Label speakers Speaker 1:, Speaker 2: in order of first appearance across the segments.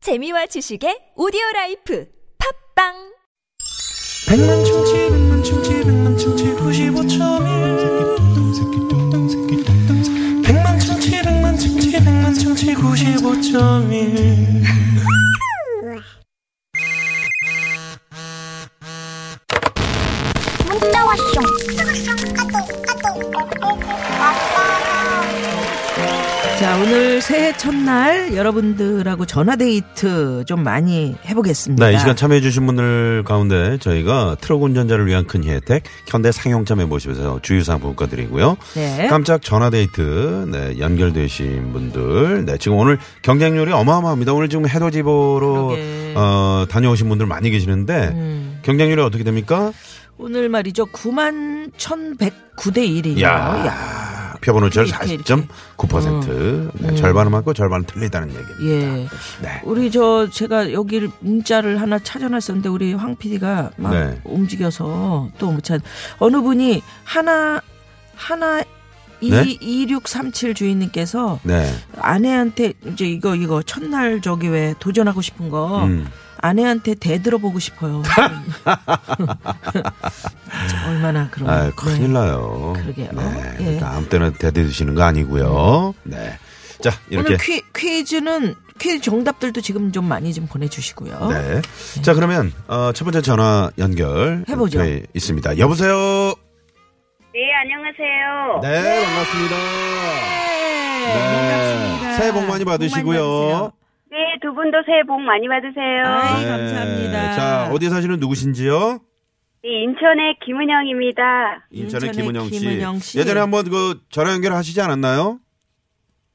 Speaker 1: 재미와 지식의 오디오 라이프 팝빵
Speaker 2: 백만 충치 백만 충치 백만 충치 95.1 백만 충치 백만 충치 백만 충치 95.1
Speaker 3: 문자 왔쇼. 까똑 까똑.
Speaker 4: 자, 오늘 새해 첫날 여러분들하고 전화데이트 좀 많이 해보겠습니다.
Speaker 5: 네, 이 시간 참여해주신 분들 가운데 저희가 트럭 운전자를 위한 큰 혜택, 현대 상용점에 모시면서 주유상품과 드리고요.
Speaker 4: 네.
Speaker 5: 깜짝 전화데이트, 네, 연결되신 분들. 네, 지금 오늘 경쟁률이 어마어마합니다. 오늘 지금 해돋이보로,
Speaker 4: 그러게. 음.
Speaker 5: 어, 다녀오신 분들 많이 계시는데, 경쟁률이 어떻게 됩니까?
Speaker 4: 오늘 말이죠. 9만 1,109대 1이요.
Speaker 5: 야.
Speaker 4: 야.
Speaker 5: 표본 오차율
Speaker 4: 이렇게, 음.
Speaker 5: 40.9%. 네, 절반은 맞고 절반은 틀리다는 얘기입니다.
Speaker 4: 예.
Speaker 5: 네.
Speaker 4: 우리 저 제가 여기 문자를 하나 찾아놨었는데 우리 황 PD가 막
Speaker 5: 네.
Speaker 4: 움직여서 또못찾 어느 분이 하나 하나
Speaker 5: 네?
Speaker 4: 2637 주인님께서
Speaker 5: 네.
Speaker 4: 아내한테 이제 이거 이거 첫날 저기 왜 도전하고 싶은 거
Speaker 5: 음.
Speaker 4: 아내한테 대들어보고 싶어요. 참 얼마나 그런.
Speaker 5: 아, 큰일 나요.
Speaker 4: 네. 그러게요.
Speaker 5: 네.
Speaker 4: 예.
Speaker 5: 그러니까 아무 때나 대드시는 거 아니고요. 네. 자, 이렇게
Speaker 4: 오늘 퀴, 퀴즈는 퀴즈 정답들도 지금 좀 많이 좀 보내주시고요.
Speaker 5: 네. 자, 그러면 어, 첫 번째 전화 연결
Speaker 4: 해보죠.
Speaker 5: 돼 있습니다. 여보세요.
Speaker 6: 네, 안녕하세요.
Speaker 5: 네, 반갑습니다.
Speaker 4: 네, 반갑습니다.
Speaker 5: 네. 새해 복 많이 받으시고요.
Speaker 6: 네, 두 분도 새해 복 많이 받으세요.
Speaker 4: 아이,
Speaker 5: 네.
Speaker 4: 감사합니다.
Speaker 5: 자, 어디 사시는 누구신지요?
Speaker 6: 네, 인천의 김은영입니다.
Speaker 5: 인천의,
Speaker 4: 인천의
Speaker 5: 김은영, 씨.
Speaker 4: 김은영 씨.
Speaker 5: 예전에 한번 그 전화 연결하시지 않았나요?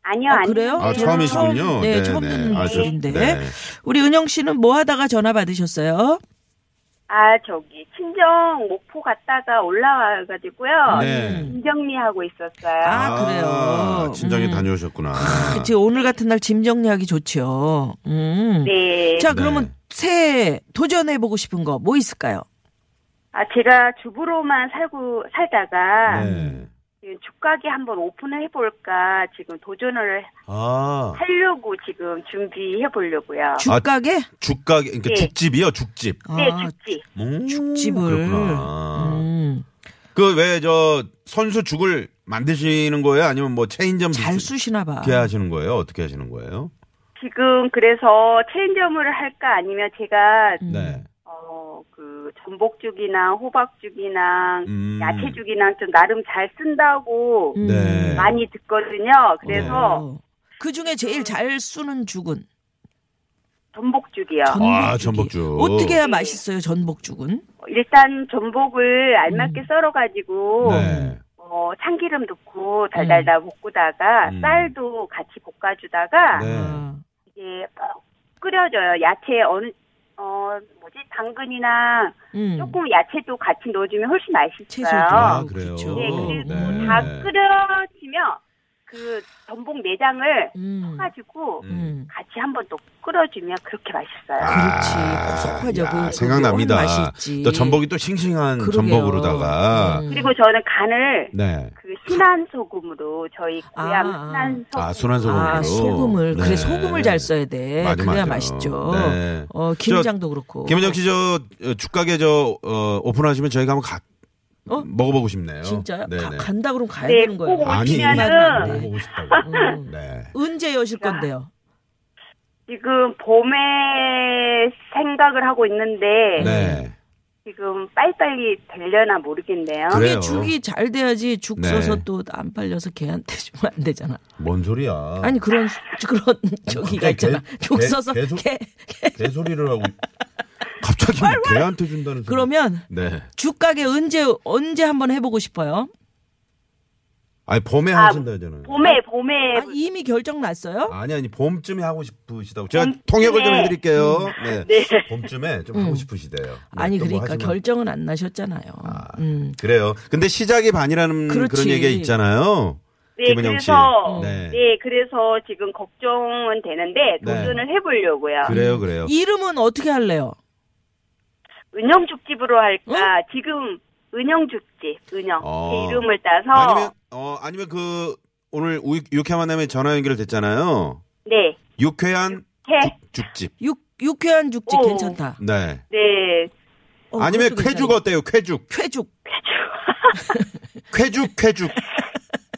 Speaker 6: 아니요,
Speaker 4: 아,
Speaker 6: 아니요.
Speaker 4: 그래요?
Speaker 5: 아,
Speaker 4: 저는 처음,
Speaker 5: 처음이시군요.
Speaker 4: 네, 처음 듣는
Speaker 5: 아, 저-
Speaker 4: 분인데.
Speaker 5: 네.
Speaker 4: 우리 은영 씨는 뭐 하다가 전화 받으셨어요?
Speaker 6: 아, 저기 친정 목포 갔다가 올라와가지고요.
Speaker 5: 네.
Speaker 6: 짐 정리하고 있었어요.
Speaker 4: 아, 그래요.
Speaker 5: 친정에
Speaker 4: 음.
Speaker 5: 다녀오셨구나.
Speaker 4: 그치, 오늘 같은 날 짐 정리하기 좋지요. 음.
Speaker 6: 네.
Speaker 4: 자,
Speaker 5: 네.
Speaker 4: 그러면 새해 도전해보고 싶은 거 뭐 있을까요?
Speaker 6: 아, 제가 주부로만 살고 살다가
Speaker 5: 네.
Speaker 6: 지금 죽가게 한번 오픈을 해볼까 지금 도전을
Speaker 5: 아.
Speaker 6: 하려고 지금 준비해
Speaker 4: 아.
Speaker 6: 보려고요.
Speaker 4: 죽가게?
Speaker 5: 죽가게, 그러니까
Speaker 6: 예.
Speaker 5: 죽집이요, 죽집.
Speaker 6: 네,
Speaker 4: 아,
Speaker 6: 죽지.
Speaker 5: 음,
Speaker 4: 죽집을.
Speaker 5: 그렇구나.
Speaker 4: 음.
Speaker 5: 그 왜 저 선수 죽을 만드시는 거예요? 아니면 뭐 체인점
Speaker 4: 잘
Speaker 5: 비슷-
Speaker 4: 쑤시나 봐.
Speaker 5: 이렇게 하시는 거예요? 어떻게 하시는 거예요?
Speaker 6: 지금 그래서 체인점을 할까 아니면 제가
Speaker 4: 음.
Speaker 5: 네.
Speaker 6: 어, 그 전복죽이나 호박죽이나
Speaker 5: 음.
Speaker 6: 야채죽이나 좀 나름 잘 쓴다고
Speaker 4: 음.
Speaker 5: 네.
Speaker 6: 많이 듣거든요. 그래서
Speaker 4: 그 중에 제일 잘 쓰는 죽은
Speaker 6: 전복죽이요.
Speaker 5: 아,
Speaker 4: 전복죽이.
Speaker 5: 전복죽.
Speaker 4: 어떻게 해야
Speaker 6: 네.
Speaker 4: 맛있어요 전복죽은?
Speaker 6: 일단 전복을 알맞게 썰어가지고
Speaker 5: 음. 네.
Speaker 6: 어, 참기름 넣고 달달달 볶다가
Speaker 5: 음.
Speaker 6: 쌀도 같이 볶아주다가
Speaker 5: 네.
Speaker 4: 아,
Speaker 6: 이제 푹 끓여줘요. 야채 어느 어 뭐지 당근이나
Speaker 4: 음.
Speaker 6: 조금 야채도 같이 넣어주면 훨씬
Speaker 4: 채소도.
Speaker 6: 맛있어요.
Speaker 5: 아, 그래요.
Speaker 4: 그쵸.
Speaker 6: 네, 그리고
Speaker 5: 네.
Speaker 6: 다 끓여지면 그 전복 내장을
Speaker 4: 음.
Speaker 6: 가지고
Speaker 4: 음.
Speaker 6: 같이 한번 또 끓여주면 그렇게
Speaker 5: 아.
Speaker 6: 맛있어요.
Speaker 4: 그렇지. 푸석하죠.
Speaker 5: 야,
Speaker 4: 그- 그게
Speaker 5: 생각납니다.
Speaker 4: 얼마나 맛있지.
Speaker 5: 또 전복이 또 싱싱한
Speaker 4: 그러게요.
Speaker 5: 전복으로다가.
Speaker 4: 음.
Speaker 6: 그리고 저는 간을
Speaker 5: 네.
Speaker 6: 그 신한 소금으로 저희 고향
Speaker 4: 아, 아.
Speaker 6: 신한 소금.
Speaker 5: 아, 순한 소금으로.
Speaker 4: 아 소금을
Speaker 5: 네.
Speaker 4: 그래 소금을 잘 써야 돼.
Speaker 5: 맞아,
Speaker 4: 그래야
Speaker 5: 맞아.
Speaker 4: 맛있죠.
Speaker 5: 네.
Speaker 4: 어 김장도 그렇고.
Speaker 5: 김은정 씨저 죽가게 저 어, 오픈하시면 저희가 한번 가,
Speaker 4: 어?
Speaker 5: 먹어보고 싶네요.
Speaker 4: 진짜요?
Speaker 5: 네,
Speaker 4: 가-
Speaker 5: 네.
Speaker 4: 간다 그럼 가야
Speaker 6: 네,
Speaker 4: 되는 거예요.
Speaker 6: 꼭
Speaker 5: 아니,
Speaker 6: 오시면은
Speaker 4: 네.
Speaker 5: 먹어보고 싶다고.
Speaker 4: 음.
Speaker 5: 네.
Speaker 4: 언제 여실 건데요?
Speaker 6: 지금 봄에 생각을 하고 있는데
Speaker 5: 네.
Speaker 6: 지금 빨리빨리 되려나 모르겠네요.
Speaker 5: 그래.
Speaker 4: 그게
Speaker 5: 그래요.
Speaker 4: 죽이 잘 돼야지 죽
Speaker 5: 네.
Speaker 4: 써서 또 안 팔려서 개한테 주면 안 되잖아.
Speaker 5: 뭔 소리야?
Speaker 4: 아니 그런 수- 그런 저기가
Speaker 5: 갑자기
Speaker 4: 있잖아.
Speaker 5: 개-
Speaker 4: 죽
Speaker 5: 개-
Speaker 4: 써서
Speaker 5: 개소-
Speaker 4: 개
Speaker 5: 내 소리를 하고 갑자기 개한테 준다는 소리.
Speaker 4: 그러면
Speaker 5: 네.
Speaker 4: 죽 가게 언제 언제 한번 해보고 싶어요?
Speaker 5: 아니 봄에 하신다 하잖아요.
Speaker 6: 봄에 봄에
Speaker 4: 아, 이미 결정 났어요?
Speaker 5: 아니 아니 봄쯤에 하고 싶으시다고 제가 통역을 좀 해드릴게요. 네. 봄쯤에 좀 하고 싶으시대요. 네,
Speaker 4: 음. 아니
Speaker 5: 또뭐
Speaker 4: 그러니까
Speaker 5: 하시면-
Speaker 4: 결정은 안 나셨잖아요. 음.
Speaker 5: 그래요. 근데 시작이 반이라는 그런
Speaker 4: 그렇지.
Speaker 5: 얘기가 있잖아요.
Speaker 6: 네
Speaker 5: 김은영 씨.
Speaker 6: 그래서
Speaker 5: 네.
Speaker 6: 네. 그래서 지금 걱정은 되는데
Speaker 5: 네.
Speaker 6: 도전을 해보려고요.
Speaker 5: 그래요 그래요.
Speaker 4: 이름은 어떻게 할래요?
Speaker 6: 은영죽집으로 할까? 지금 은영죽집 은영
Speaker 5: 어.
Speaker 6: 제 이름을 따서
Speaker 5: 아니면 어 아니면 그 오늘 우- 유쾌한 만남에 전화 연결됐잖아요.
Speaker 6: 네
Speaker 5: 유쾌한
Speaker 6: 회.
Speaker 5: 죽집.
Speaker 4: 육 육회한 죽집
Speaker 6: 오.
Speaker 4: 괜찮다.
Speaker 5: 네.
Speaker 6: 네.
Speaker 4: 어,
Speaker 5: 아니면
Speaker 4: 그것도
Speaker 5: 쾌죽
Speaker 4: 괜찮네.
Speaker 5: 어때요? 쾌죽.
Speaker 4: 쾌죽.
Speaker 5: 쾌죽, 쾌죽.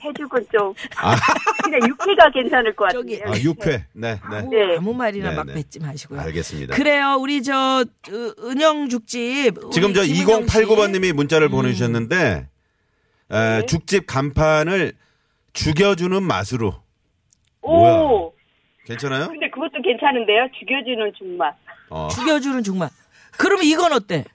Speaker 6: 해죽은 좀.
Speaker 5: 아.
Speaker 6: 그냥 육회가 괜찮을 것
Speaker 4: 저기.
Speaker 6: 같은데. 요
Speaker 5: 아, 육회. 네, 네.
Speaker 4: 아무,
Speaker 6: 네.
Speaker 4: 아무 말이나
Speaker 5: 네,
Speaker 4: 막
Speaker 5: 네.
Speaker 4: 뱉지 마시고요.
Speaker 5: 알겠습니다.
Speaker 4: 그래요. 우리 저 으, 은영 죽집. 우리
Speaker 5: 지금 저
Speaker 4: 김은영 씨. 음. 네.
Speaker 5: 2089번님이 문자를 보내주셨는데 에, 죽집 간판을 죽여주는 맛으로 뭐야.
Speaker 6: 오.
Speaker 5: 괜찮아요?
Speaker 6: 근데 그것도 괜찮은데요? 죽여주는 중맛.
Speaker 5: 어.
Speaker 4: 죽여주는 죽만. 그럼 이건 어때?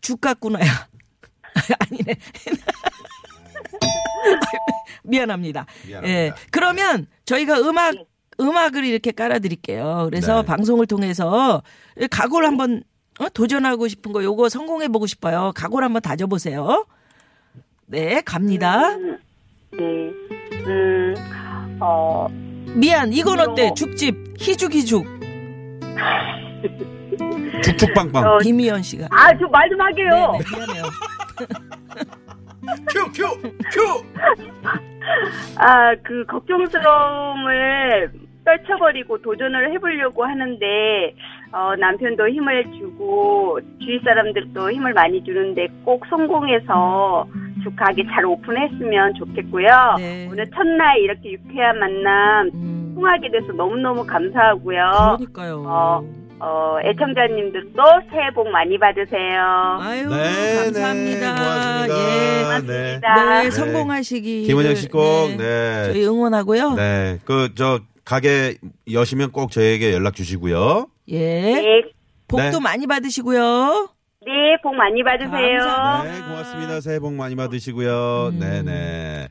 Speaker 4: 죽 같구나야. 아니네. 미안합니다. 예.
Speaker 5: 미안합니다.
Speaker 4: 그러면 저희가 음악 음악을 이렇게 깔아드릴게요. 그래서
Speaker 5: 네.
Speaker 4: 방송을 통해서 각오를 한번 어? 도전하고 싶은 거 요거 성공해 보고 싶어요. 각오를 한번 다져보세요. 네, 갑니다.
Speaker 6: 네. 음. 어.
Speaker 4: 미안, 이건 어때?
Speaker 6: 귀여워.
Speaker 4: 죽집 희죽희죽
Speaker 5: 죽죽빵빵.
Speaker 6: 어,
Speaker 4: 김희연 씨가.
Speaker 6: 아, 저 말 좀 하게요.
Speaker 4: 네, 네, 미안해요.
Speaker 5: 큐, 큐, 큐.
Speaker 6: 아, 그 걱정스러움을 떨쳐버리고 도전을 해보려고 하는데, 어, 남편도 힘을 주고, 주위 사람들도 힘을 많이 주는데 꼭 성공해서 주 가게 잘 오픈했으면 좋겠고요.
Speaker 4: 네.
Speaker 6: 오늘 첫날 이렇게 유쾌한 만남,
Speaker 4: 음,
Speaker 6: 통하게 돼서 너무너무 감사하고요.
Speaker 4: 그러니까요.
Speaker 6: 어, 어, 애청자님들도 새해 복 많이 받으세요.
Speaker 4: 아유,
Speaker 5: 네,
Speaker 4: 감사합니다.
Speaker 5: 네, 고맙습니다.
Speaker 4: 예.
Speaker 5: 네.
Speaker 6: 감사합니다.
Speaker 4: 네, 성공하시기.
Speaker 5: 김은영 씨 꼭, 네.
Speaker 4: 저희 응원하고요.
Speaker 5: 네. 그, 저, 가게 여시면 꼭 저에게 연락 주시고요.
Speaker 4: 예.
Speaker 6: 네,
Speaker 4: 복도
Speaker 5: 네.
Speaker 4: 많이 받으시고요.
Speaker 6: 네, 복 많이 받으세요.
Speaker 4: 감사합니다.
Speaker 5: 네, 고맙습니다. 새해 복 많이 받으시고요.
Speaker 4: 음.
Speaker 5: 네네.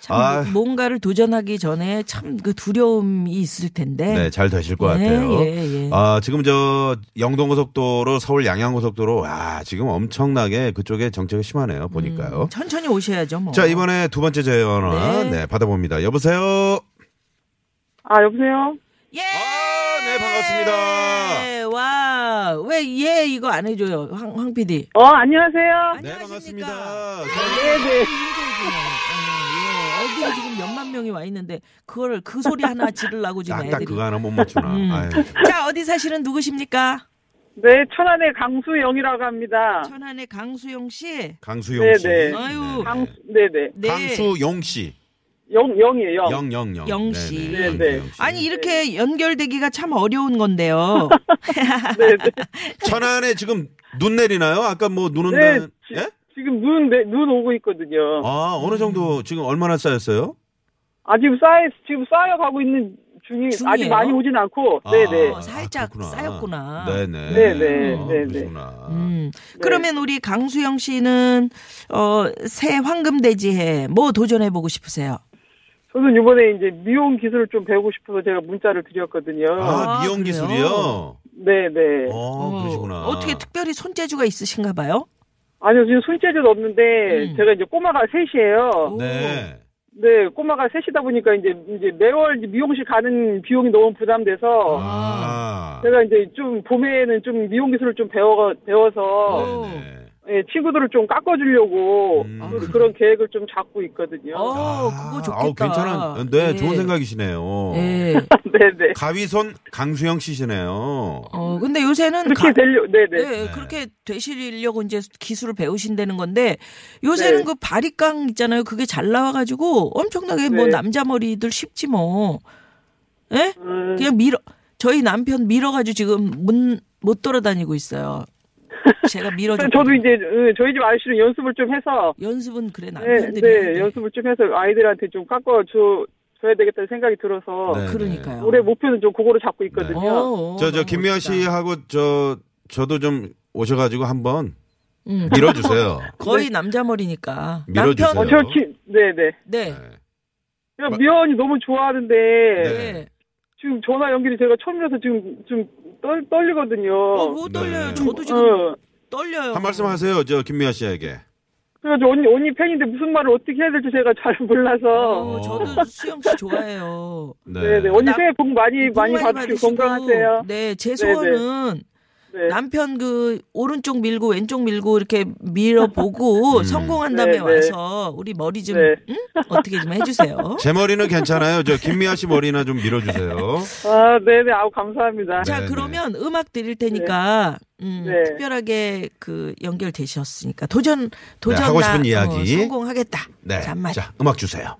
Speaker 4: 참
Speaker 5: 아.
Speaker 4: 뭔가를 도전하기 전에 참 그 두려움이 있을 텐데.
Speaker 5: 네, 잘 되실 것 같아요.
Speaker 4: 예, 예, 예.
Speaker 5: 아, 지금 저 영동고속도로, 서울 양양고속도로, 와, 지금 엄청나게 그쪽에 정체가
Speaker 4: 음,
Speaker 5: 심하네요. 보니까요.
Speaker 4: 천천히 오셔야죠, 뭐.
Speaker 5: 자, 이번에 두 번째 전화,
Speaker 4: 네.
Speaker 5: 네, 받아봅니다. 여보세요?
Speaker 7: 아 여보세요.
Speaker 4: 예!
Speaker 5: 아, 네, 반갑습니다.
Speaker 4: 예, 와, 왜 예 이거 안 해줘요, 황, 황 PD.
Speaker 7: 어 안녕하세요.
Speaker 5: 네,
Speaker 4: 안녕하십니까.
Speaker 5: 반갑습니다.
Speaker 7: 네네.
Speaker 4: 어, 예. 애들이 지금 몇만 명이 와 있는데 그걸 그 소리 하나 지르려고 지금
Speaker 5: 아, 딱딱
Speaker 4: 애들이. 음.
Speaker 5: 그거 하나 못 맞추나. 아유,
Speaker 4: 자 어디 사시는 누구십니까?
Speaker 7: 네 천안의 강수영이라고 합니다.
Speaker 4: 천안의 강수영 씨.
Speaker 5: 강수용 씨.
Speaker 7: 네, 네.
Speaker 4: 아유.
Speaker 5: 네.
Speaker 7: 강 네네
Speaker 4: 네.
Speaker 5: 강수용 씨.
Speaker 7: 영 영이에요. 영.
Speaker 5: 영, 영, 영.
Speaker 4: 영 씨.
Speaker 5: 네네,
Speaker 7: 네, 네.
Speaker 5: 영 씨.
Speaker 4: 아니 이렇게 연결되기가 참 어려운 건데요.
Speaker 7: 네네.
Speaker 5: 천안에 지금 눈 내리나요? 아까 뭐 눈
Speaker 7: 네.
Speaker 5: 온다.
Speaker 7: 지,
Speaker 5: 예?
Speaker 7: 지금 눈, 내, 눈 오고 있거든요.
Speaker 5: 아, 어느 정도
Speaker 4: 음.
Speaker 5: 지금 얼마나 쌓였어요?
Speaker 7: 아 지금 쌓여 지금 쌓여 가고 있는 중이 아직
Speaker 4: 중이에요?
Speaker 7: 많이 오진 않고.
Speaker 5: 아,
Speaker 7: 네네.
Speaker 5: 아,
Speaker 4: 살짝
Speaker 5: 그렇구나.
Speaker 4: 쌓였구나.
Speaker 5: 네네.
Speaker 7: 네네,
Speaker 5: 아,
Speaker 7: 네네.
Speaker 5: 그러시구나.
Speaker 4: 음. 그러면 우리 강수영 씨는 어새 황금돼지해 뭐 도전해 보고 싶으세요?
Speaker 7: 저는 이번에 이제 미용 기술을 좀 배우고 싶어서 제가 문자를 드렸거든요.
Speaker 4: 아,
Speaker 5: 아, 미용
Speaker 4: 그래요?
Speaker 5: 기술이요?
Speaker 7: 네네.
Speaker 5: 어, 그러시구나.
Speaker 4: 어떻게 특별히 손재주가 있으신가 봐요?
Speaker 7: 아니요 지금 손재주는 없는데
Speaker 4: 음. 어.
Speaker 7: 제가 이제 꼬마가 셋이에요.
Speaker 5: 네.
Speaker 7: 네 꼬마가 셋이다 보니까 이제 이제 매월 이제 미용실 가는 비용이 너무
Speaker 4: 아.
Speaker 7: 부담돼서.
Speaker 5: 아.
Speaker 7: 제가 이제 좀 봄에는 좀 미용 기술을 좀 배워 배워서
Speaker 5: 네네.
Speaker 7: 예, 친구들을 좀 깎아주려고
Speaker 5: 음.
Speaker 7: 그, 그런 계획을 좀 잡고 있거든요.
Speaker 4: 어,
Speaker 5: 아,
Speaker 4: 그거 좋겠다.
Speaker 5: 아우, 괜찮은. 네,
Speaker 4: 예.
Speaker 5: 좋은 생각이시네요.
Speaker 4: 예.
Speaker 7: 네네.
Speaker 5: 가위손 강수영 씨시네요.
Speaker 4: 어 근데 요새는
Speaker 7: 그렇게
Speaker 4: 가-
Speaker 7: 되려 네네.
Speaker 4: 네, 그렇게 되시려고 이제 기술을 배우신다는 건데 요새는
Speaker 7: 네.
Speaker 4: 그 바리깡 있잖아요. 그게 잘 나와가지고 엄청나게 뭐
Speaker 7: 네.
Speaker 4: 남자 머리들 쉽지 뭐. 예?
Speaker 7: 음,
Speaker 4: 그냥 밀어 저희 남편 밀어가지고 지금 못, 못 돌아다니고 있요 제가 밀어
Speaker 7: 그래서 저도 이제 예, 저희 집 아이씨는 연습을 좀 해서
Speaker 4: 연습은 그래
Speaker 7: 네,
Speaker 4: 남편들이
Speaker 7: 네,
Speaker 4: 하는데.
Speaker 7: 연습을 좀 해서 아이들한테 좀 깎아 줘 줘야 되겠다는 생각이 들어서
Speaker 5: 네.
Speaker 4: 그러니까요.
Speaker 7: 올해 목표는 좀 그거로 잡고 있거든요.
Speaker 4: 어, 어,
Speaker 5: 저, 저,
Speaker 4: 너무
Speaker 5: 김미아
Speaker 4: 멋지다.
Speaker 5: 씨하고 저, 저도 좀 오셔가지고 한번
Speaker 4: 음.
Speaker 5: 밀어주세요.
Speaker 4: 거의 남자 머리니까
Speaker 5: 밀어주세요.
Speaker 7: 어, 저 키, 네네.
Speaker 4: 네.
Speaker 7: 제가 미연이 너무 좋아하는데
Speaker 5: 네.
Speaker 4: 네.
Speaker 7: 지금 전화 연결이 제가 처음이라서 지금 좀 떨, 떨리거든요.
Speaker 4: 어, 뭐 떨려요.
Speaker 5: 네.
Speaker 4: 저도 지금
Speaker 7: 어.
Speaker 4: 떨려요.
Speaker 5: 한 말씀 하세요. 저, 김미아 씨에게.
Speaker 7: 그래가지고 언니, 언니 팬인데 무슨 말을 어떻게 해야 될지 제가 잘 몰라서.
Speaker 4: 어, 저도 수영 씨 좋아해요.
Speaker 5: 네.
Speaker 7: 네네. 언니
Speaker 4: 나-
Speaker 7: 새해 복 많이,
Speaker 4: 복
Speaker 7: 많이 받으시고 건강하세요.
Speaker 4: 네, 제
Speaker 7: 네네.
Speaker 4: 소원은
Speaker 7: 네.
Speaker 4: 남편 그 오른쪽 밀고 왼쪽 밀고 이렇게 밀어보고 성공한 다음에
Speaker 7: 네, 네.
Speaker 4: 와서 우리 머리 좀
Speaker 7: 네.
Speaker 4: 응? 어떻게 좀 해주세요.
Speaker 5: 제 머리는 괜찮아요. 저 김미아 씨 머리나 좀 밀어주세요.
Speaker 7: 아, 네네. 아우,
Speaker 5: 네.
Speaker 7: 감사합니다.
Speaker 4: 자 그러면 음악 드릴 테니까 음,
Speaker 7: 네.
Speaker 4: 특별하게 그 연결되셨으니까 도전 도전
Speaker 5: 하고 싶은 이야기.
Speaker 4: 성공하겠다.
Speaker 5: 네.
Speaker 4: 잔말.
Speaker 5: 자, 음악 주세요.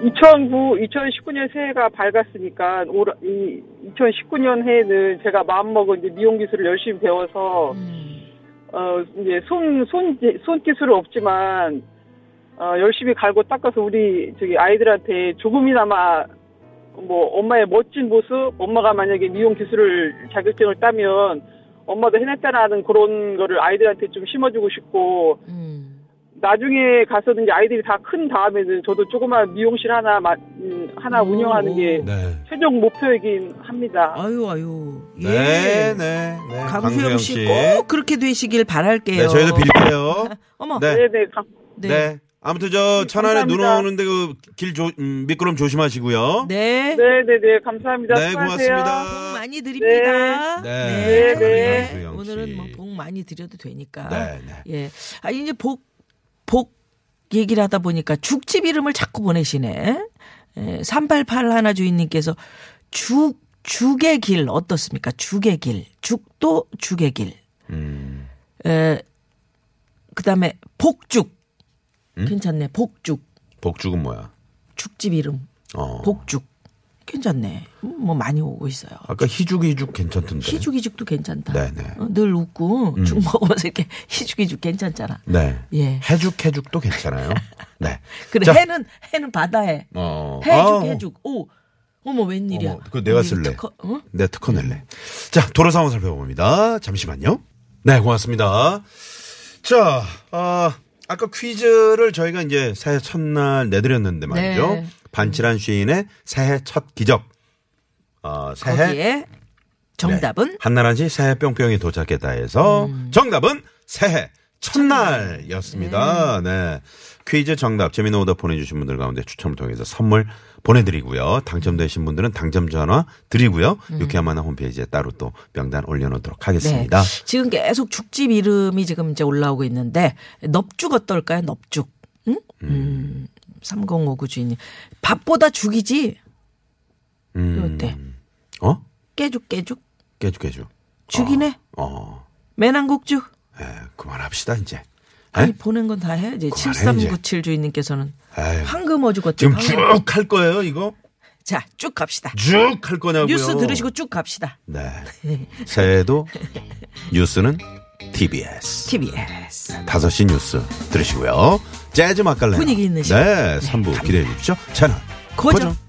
Speaker 7: 2009, 2019년 새해가 밝았으니까, 올, 이 2019년 해에는 제가 마음먹어 이제 미용 기술을 열심히 배워서,
Speaker 4: 음,
Speaker 7: 어, 이제 손, 손, 손 기술은 없지만, 어, 열심히 갈고 닦아서 우리 저기 아이들한테 조금이나마 뭐 엄마의 멋진 모습, 엄마가 만약에 미용 기술을 자격증을 따면 엄마도 해냈다라는 그런 거를 아이들한테 좀 심어주고 싶고,
Speaker 4: 음.
Speaker 7: 나중에 가서는 이제 아이들이 다 큰 다음에는 저도 조그만 미용실 하나 마- 음, 하나
Speaker 4: 오.
Speaker 7: 운영하는 게
Speaker 5: 네.
Speaker 7: 최종 목표이긴 합니다.
Speaker 4: 아유 아유. 예.
Speaker 5: 네, 네, 네.
Speaker 4: 강수영 씨 꼭 그렇게 되시길 바랄게요.
Speaker 5: 네, 저희도 빌게요.
Speaker 4: 어머.
Speaker 5: 네.
Speaker 7: 네네 감-
Speaker 5: 네.
Speaker 4: 네.
Speaker 5: 아무튼 저 천안에 눈
Speaker 7: 감사합니다.
Speaker 5: 오는데 그 길 조, 음, 미끄럼 조심하시고요.
Speaker 4: 네.
Speaker 7: 네네네 감사합니다.
Speaker 5: 네,
Speaker 7: 수고하세요.
Speaker 4: 복
Speaker 5: 고맙습니다.
Speaker 4: 많이 드립니다.
Speaker 5: 네.
Speaker 7: 네, 네.
Speaker 4: 네.
Speaker 5: 강수영 씨.
Speaker 4: 오늘은 뭐 복 많이 드려도 되니까.
Speaker 5: 네, 네.
Speaker 4: 예. 아 이제 복, 복 얘기를 하다 보니까 죽집 이름을 자꾸 보내시네. 예, 388 하나 주인님께서 죽, 죽의 길 어떻습니까? 죽의 길. 죽도 죽의 길.
Speaker 5: 음.
Speaker 4: 에, 그 다음에 복죽.
Speaker 5: 음?
Speaker 4: 괜찮네. 복죽.
Speaker 5: 복죽은 뭐야?
Speaker 4: 죽집 이름.
Speaker 5: 어.
Speaker 4: 복죽. 괜찮네. 음, 뭐 많이 오고 있어요.
Speaker 5: 아까 희죽 희죽 괜찮던데.
Speaker 4: 희죽이죽도 괜찮다.
Speaker 5: 네네. 음.
Speaker 4: 어, 늘 웃고 죽 먹으면서 이렇게 희죽이죽 괜찮잖아.
Speaker 5: 네.
Speaker 4: 예.
Speaker 5: 해죽 해죽도 괜찮아요. 네.
Speaker 4: 그래
Speaker 5: 자.
Speaker 4: 해는 해는 바다에
Speaker 5: 어.
Speaker 4: 해죽
Speaker 5: 아.
Speaker 4: 해죽. 오 어머 웬일이야?
Speaker 5: 어머, 그거 내가
Speaker 4: 어머, 이거
Speaker 5: 쓸래.
Speaker 4: 특허- 어?
Speaker 5: 네, 특허 낼래. 자, 도로 상황 살펴봅니다. 잠시만요. 네, 고맙습니다. 자, 아, 아까 퀴즈를 저희가 이제 새해 첫날 내드렸는데 말이죠.
Speaker 4: 네.
Speaker 5: 반칠한 시인의 새해 첫 기적. 아, 새해
Speaker 4: 거기에 정답은
Speaker 5: 네.
Speaker 4: 음.
Speaker 5: 한나란 씨 새해 뿅뿅이 도착했다 해서 정답은 새해 첫날이었습니다. 네. 퀴즈 정답 재미있는 오답 보내주신 분들 가운데 추첨을 통해서 선물 보내드리고요. 당첨되신 분들은 당첨 전화 드리고요.
Speaker 4: 음.
Speaker 5: 유쾌한 만화 홈페이지에 따로 또 명단 올려놓도록 하겠습니다.
Speaker 4: 네. 지금 계속 죽집 이름이 지금 이제 올라오고 있는데 넙죽 어떨까요? 넙죽. 응? 음. 3059 주인님. 밥보다 죽이지.
Speaker 5: 음.
Speaker 4: 어때?
Speaker 5: 어?
Speaker 4: 깨죽 깨죽.
Speaker 5: 깨주 깨주.
Speaker 4: 죽이네.
Speaker 5: 어.
Speaker 4: 매난국죽.
Speaker 5: 에, 그만합시다 이제. 예?
Speaker 4: 아니
Speaker 5: 에?
Speaker 4: 보낸 건 다 해야지.
Speaker 5: 네? 그만해,
Speaker 4: 7397 주인님께서는
Speaker 5: 에이,
Speaker 4: 황금어 죽었죠.
Speaker 5: 네. 지금 쭉 할 거예요 이거?
Speaker 4: 자, 쭉 갑시다.
Speaker 5: 쭉 할 거냐고요?
Speaker 4: 뉴스 들으시고 쭉 갑시다.
Speaker 5: 네. 새해에도 뉴스는 TBS.
Speaker 4: TBS.
Speaker 5: 5시 뉴스 들으시고요. 재즈 맛갈래.
Speaker 4: 분위기 있는 시간. 네,
Speaker 5: 네. 3부 기대해 주십시오. 채널.
Speaker 4: 고정.
Speaker 5: 고정.